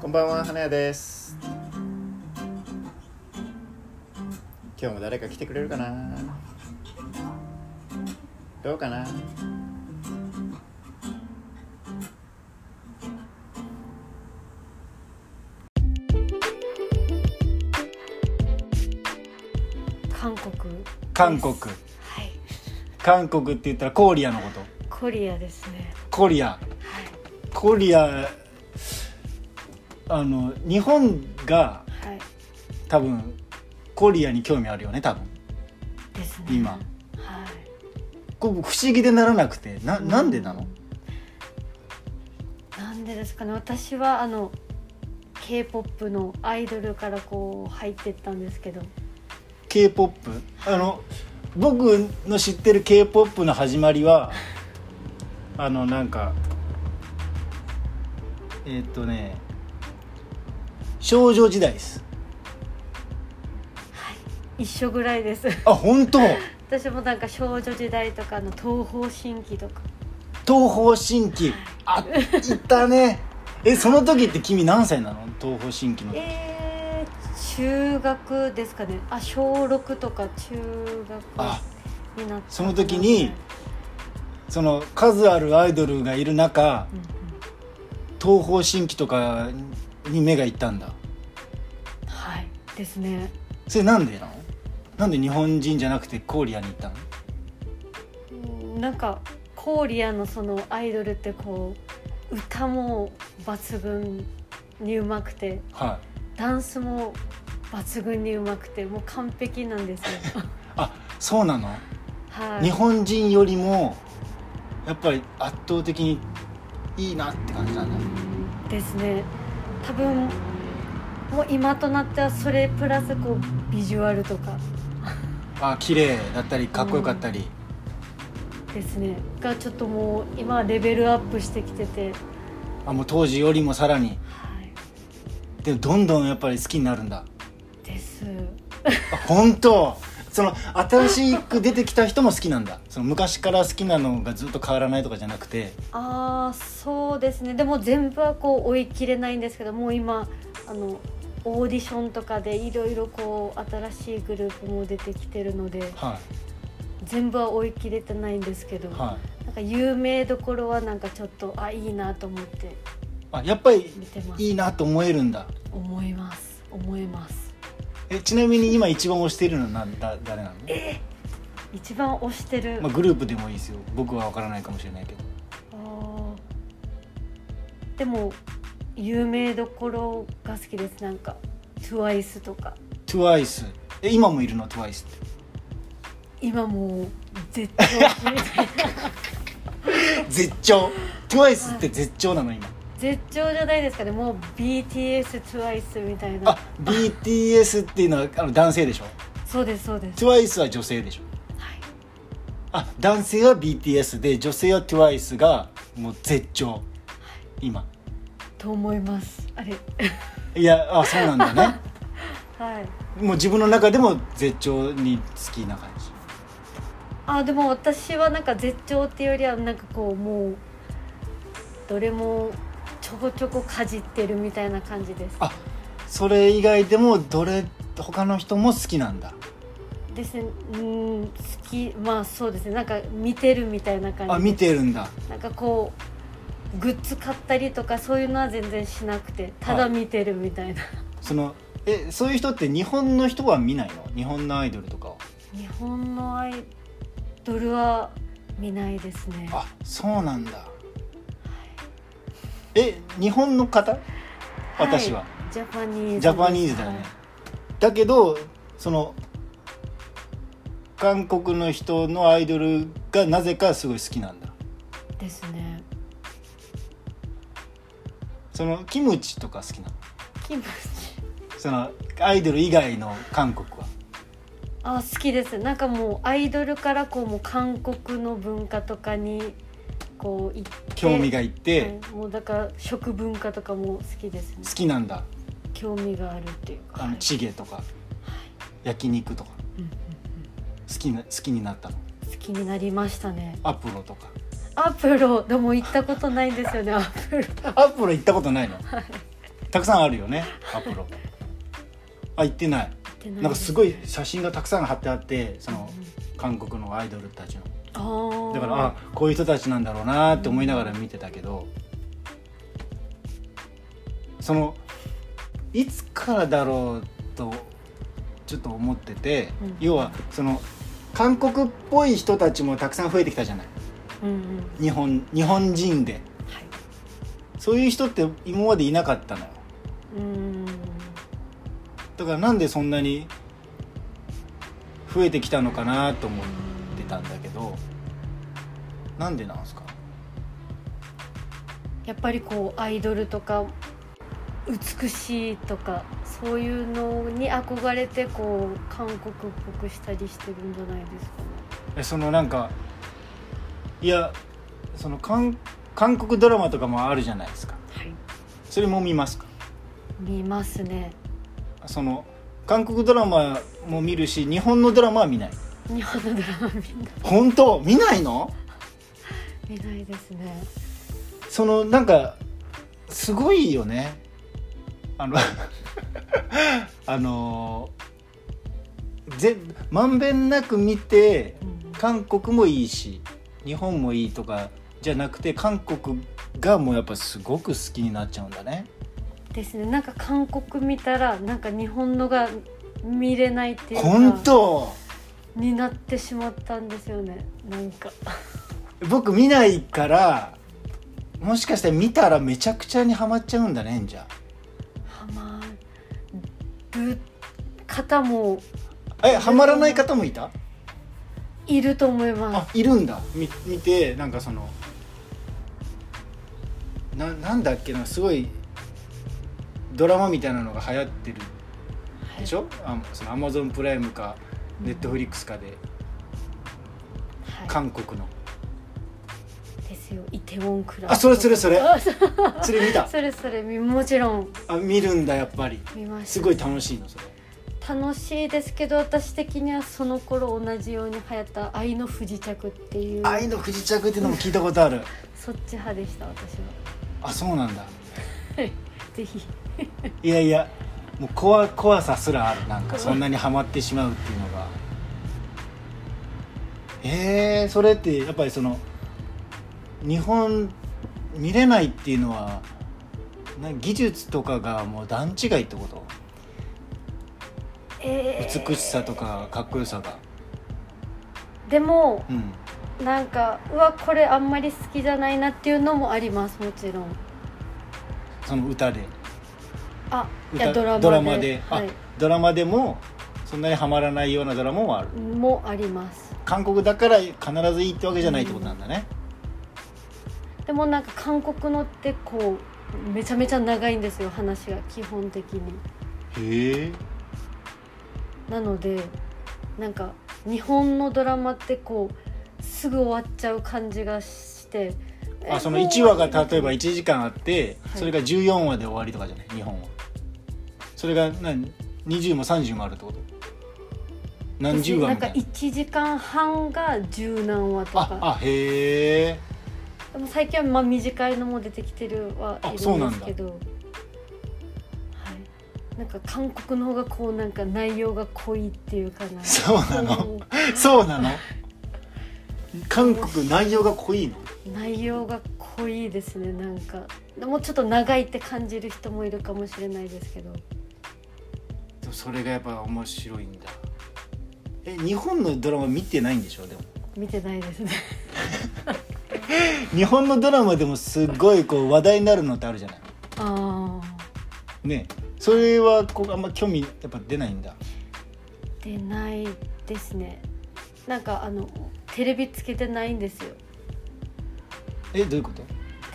こんばんは、花屋です。今日も誰か来てくれるかな。どうかな。韓国韓は国い韓国って言ったらコリアのことコリアですねコリアはコリアあの日本がいはい多分コリアに興味あるよね多分ですね今はいこう不思議でならなくてななんでなのなんでですかね私はあの k p o p のアイドルからこう入ってったんですけど k p o p あの僕の知ってる k p o p の始まりはあのなんかえーっとね少女時代です一緒ぐらいです あ本当私もなんか少女時代とかの東方神起とか東方神起あいたねえその時って君何歳なの東方神起のえー、中学ですかねあ小6とか中あ学になったその時にその数あるアイドルがいる中うんうん東方神起とかに目がいったんだはいですねそれなんでなのなんで日本人じゃなくてコリアに行ったのうんなんかコーリアのそのアイドルってこう歌も抜群にうまくてはいダンスも抜群にうまくてもう完璧なんです よあそうなのはい日本人よりもやっぱり圧倒的にいいなって感じなんだですね多分もう今となってはそれプラスこうビジュアルとかあ綺麗だったりかっこよかったり、ですねがちょっともう今レベルアップしてきててあもう当時よりもさらにはいでもどんどんやっぱり好きになるんだですあ本当その新しく出てきた人も好きなんだその昔から好きなのがずっと変わらないとかじゃなくてああそうですねでも全部はこう追い切れないんですけどもう今あのオーディションとかでいろいろこう新しいグループも出てきてるのでは全部は追い切れてないんですけど、いはいなんか有名どころはなんかちょっとあいいなと思ってあやっぱり見てますいいなと思えるんだ思います思いますえちなみに今一番推してるのはなんだ誰なの、一番推してる、まあ、グループでもいいですよ僕は分からないかもしれないけどあーでも有名どころが好きですなんか TWICE とか TWICE え今もいるの TWICE って今もう絶対推し絶頂 TWICE って絶頂なの今絶頂じゃないですかねもう BTSTWICE みたいなあ BTS っていうのはあの男性でしょそうですそうです TWICE は女性でしょはいあ男性は BTS で女性は TWICE がもう絶頂今と思いますあれいやあそうなんだねはいもう自分の中でも絶頂に好きな感じあでも私はなんか絶頂っていうよりはなんかこうもうどれもちょこちょこかじってるみたいな感じですあそれ以外でもどれ他の人も好きなんだですねうーん好きまあそうですねなんか見てるみたいな感じあ見てるんだなんかこうグッズ買ったりとかそういうのは全然しなくてただ見てるみたいな、そのえそういう人って日本の人は見ないの日本のアイドルとかを日本のアイドルは見ないですねあそうなんだえ日本の方私はいジャパニーズですジャパニーズだよね、だけどその韓国の人のアイドルがなぜかすごい好きなんだはいですねそのキムチとか好きなのキムチそのアイドル以外の韓国はあ好きですなんかもうアイドルからこうもう韓国の文化とかにこう行って興味がいっはていもうだから食文化とかも好きですね好きなんだ興味があるっていうかあはのいチゲとか焼肉とかうんうんうん好きな好きになったの好きになりましたねアプロとかアプロでも行ったことないんですよねアプロアップロ行ったことないの、たくさんあるよ ねアップロあ行ってないってなんかすごい写真がたくさん貼ってあってその韓国のアイドルたちのあーだからあこういう人たちなんだろうなって思いながら見てたけどそのいつからだろうとちょっと思ってて、うん要はその韓国っぽい人たちもたくさん増えてきたじゃないうんうんは日本日本人でいそういう人って今までいなかったのようーんだからなんでそんなに増えてきたのかなと思ってたんだけどなんでなんですかやっぱりこうアイドルとか美しいとかそういうのに憧れてこう韓国っぽくしたりしてるんじゃないですかねえそのなんかいやその韓韓国ドラマとかもあるじゃないですかはいそれも見ますか見ますねその韓国ドラマも見るし日本のドラマは見ない日本のドラマみんな本当見ないの見ないですねそのなんかすごいよねあの あのぜまんべんなく見てうん韓国もいいし日本もいいとかじゃなくて韓国がもうやっぱすごく好きになっちゃうんだねですねなんか韓国見たらなんか日本のが見れないっていうか本当になってしまったんですよねなんか僕見ないからもしかしたら見たらめちゃくちゃにハマっちゃうんだねじゃハマる方もあえハマらない方もいたいると思いますあいるんだみ見てなんかそのななんだっけなすごいドラマみたいなのが流行ってるでしょ、あそのアマゾンプライムかネットフリックスかで、はい韓国のですよイテウォンクラブあそれそれそれあそそれ見たそれそれみもちろんあ見るんだやっぱり見ましたすごい楽しいのそれ楽しいですけど私的にはその頃同じように流行った「愛の不時着」っていう愛の不時着っていうのも聞いたことあるそっち派でした私はあそうなんだぜひいやいやもう怖怖さすらあるなんかそんなにハマってしまうっていうのが えー、それってやっぱりその日本見れないっていうのはな技術とかがもう段違いってことえー美しさとかかっこよさがでもうんなんかうわこれあんまり好きじゃないなっていうのもありますもちろんその歌であい歌やドラマではあドラマでもそんなにハマらないようなドラマもあるい、もあります韓国だから必ずいいってわけじゃないってことなんだね、でもなんか韓国のってこうめちゃめちゃ長いんですよ話が基本的にへえなのでなんか日本のドラマってこうすぐ終わっちゃう感じがしてえあそのもう1話が例えば1時間あって、はいそれが14話で終わりとかじゃない日本はそれが何20も30もあるってこと何十な話みんかたいな1時間半が十何話とあかあへえでも最近はまあ短いのも出てきてるはいるんそうなんでだすけどはいなんか韓国の方がこうなんか内容が濃いっていうかなそう なのこそうなの韓国内容が濃いのう内容が濃いですねなんかでもちょっと長いって感じる人もいるかもしれないですけどでもそれがやっぱ面白いんだえ日本のドラマ見てないんでしょでも見てないですね日本のドラマでもすごいこう話題になるのってあるじゃないああねそれはこうあんま興味やっぱ出ないんだ出ないですねなんかあのテレビつけてないんですよえどういうこと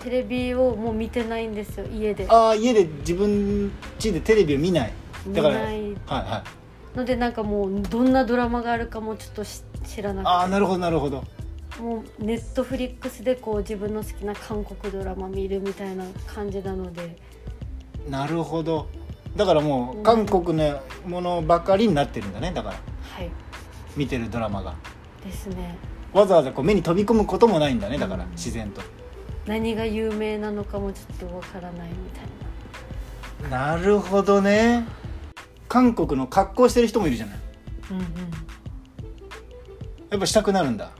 テレビをもう見てないんですよ家でああ家で自分家でテレビを見ないだから見ないはいはいのでなんかもうどんなドラマがあるかもちょっとし知らああななるほどなるほどくてもうネットフリックスでこう自分の好きな韓国ドラマ見るみたいな感じなのでなるほどだからもう韓国のものばかりになってるんだねだからはい見てるドラマがですねわざわざこう目に飛び込むこともないんだねだから自然と何が有名なのかもちょっとわからないみたいななるほどね韓国の格好してる人もいるじゃないうんうんやっぱしたくなるんだ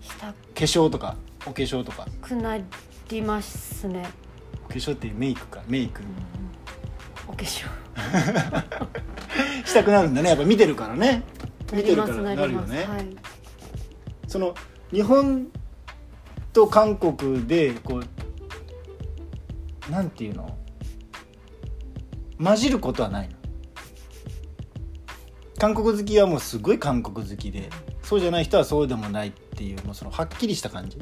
した化粧とかお化粧とかくなりますね、お化粧ってメイクかメイクお化粧したくなるんだねやっぱ見てるからね見てるからななるりよますね、はいその日本と韓国でこうなんていうの混じることはないの韓国好きはもうすごい韓国好きでそうじゃない人はそうでもないっていうもうそのはっきりした感じ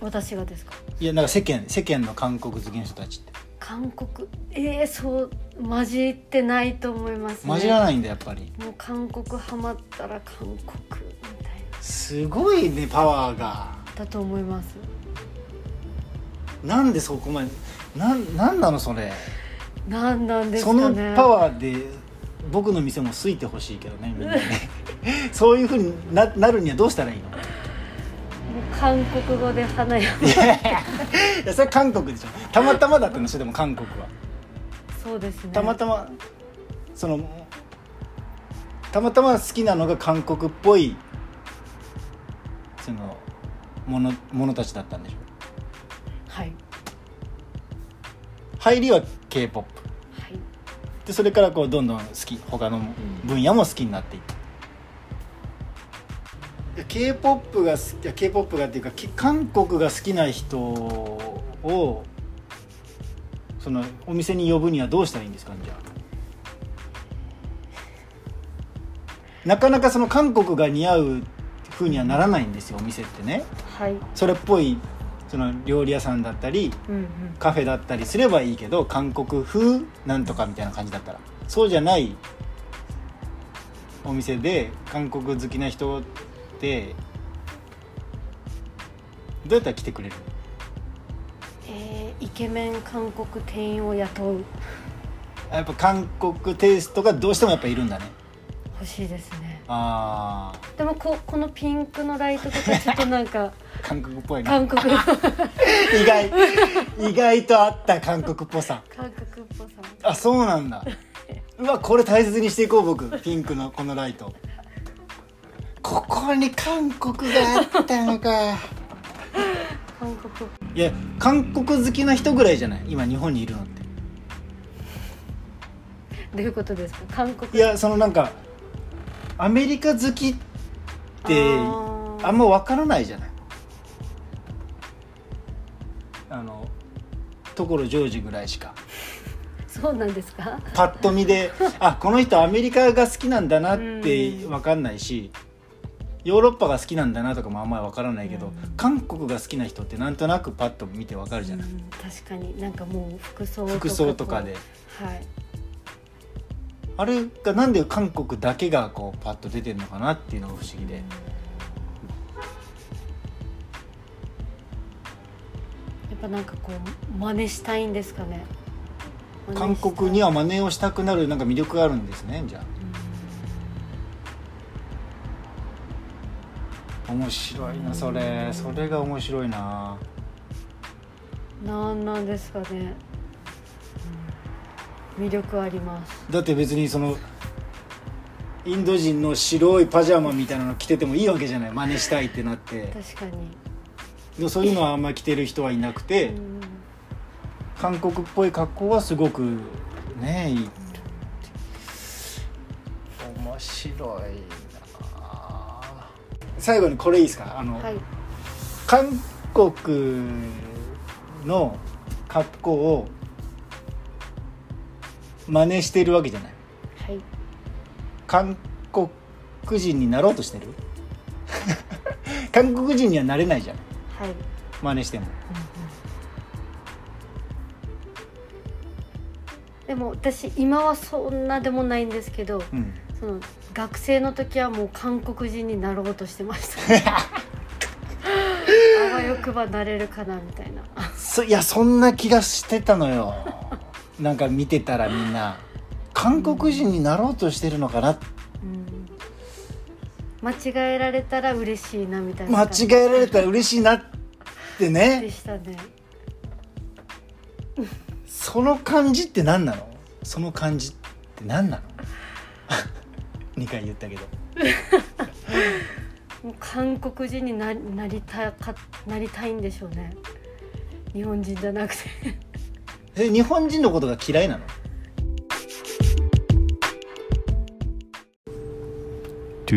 私がですかいやなんか世間世間の韓国好きの人たちって韓国えー、そう混じってないと思いますね混じらないんだやっぱりもう韓国ハマったら韓国みたいすごいねパワーがなだと思いますなんでそこまでなんなんなのそれなんなんですかそねのパワーで僕の店も好いてほしいけどねみん なねそういうふうにななるにはどうしたらいいのもう韓国語で花嫁いやそれは韓国でしょたまたまだったのそれでも韓国はそうですねたまたまそのたまたま好きなのが韓国っぽいそのものものたちだったんでしょはい入りは k p o p はいでそれからこうどんどん好き他の分野も好きになっていった k p o p が好きいや k p o p がっていうかき韓国が好きな人をそのお店に呼ぶにはどうしたらいいんですかねじゃあなかなかその韓国が似合う風にはならないんですよお店ってねはいそれっぽいその料理屋さんだったりうんうんカフェだったりすればいいけど韓国風なんとかみたいな感じだったらそうじゃないお店で韓国好きな人ってどうやったら来てくれるえー、イケメン韓国店員を雇うやっぱ韓国テイストがどうしてもやっぱいるんだね欲しいですねあーでもここのピンクのライトとかちょっとなんか韓国っぽいね韓国意外意外とあった韓国っぽさ韓国っぽさあそうな んだうわこれ大切にしていこう僕ピンクのこのライトここに韓国があった のか韓国いや韓国好きな人ぐらいじゃない今日本にいるのってどういうことですか韓国いやそのなんかアメリカ好きっあてーあんま分からないじゃないあの所ジョージぐらいしかそうなんですかパッと見 であこの人アメリカが好きなんだなってうん分かんないしヨーロッパが好きなんだなとかもあんまり分からないけど、うん韓国が好きな人ってなんとなくパッと見て分かるじゃない、うん確かになんかもう服装とか服装とかではいあれがなんで韓国だけがこうパッと出てるのかなっていうのが不思議でやっぱなんかこう真似したいんですかね韓国には真似をしたくなるなんか魅力があるんですねじゃあ面白いなそれそれが面白いな何なんですかね、うん魅力ありますだって別にそのインド人の白いパジャマみたいなの着ててもいいわけじゃない真似したいってなって確かに、でもそういうのはあんまり着てる人はいなくてうん韓国っぽい格好はすごくねいい面白いな最後にこれいいですかあの、はい韓国の格好を真似してるわけじゃないはい韓国人になろうとしてる 韓国人にはなれないじゃんはい、真似してもでも私今はそんなでもないんですけどうんその学生の時はもう韓国人になろうとしてました あわよくばなれるかなみたいなそいやそんな気がしてたのよなんか見てたらみんな韓国人になろうとしてるのかなうん間違えられたら嬉しいなみたいな間感じ違えられたら嬉しいなってでねしたねその感じって何なのその感じって何なの 二回言ったけどもう韓国人にななりたかなりたいんでしょうね日本人じゃなくてえ日本人のことが嫌いなのト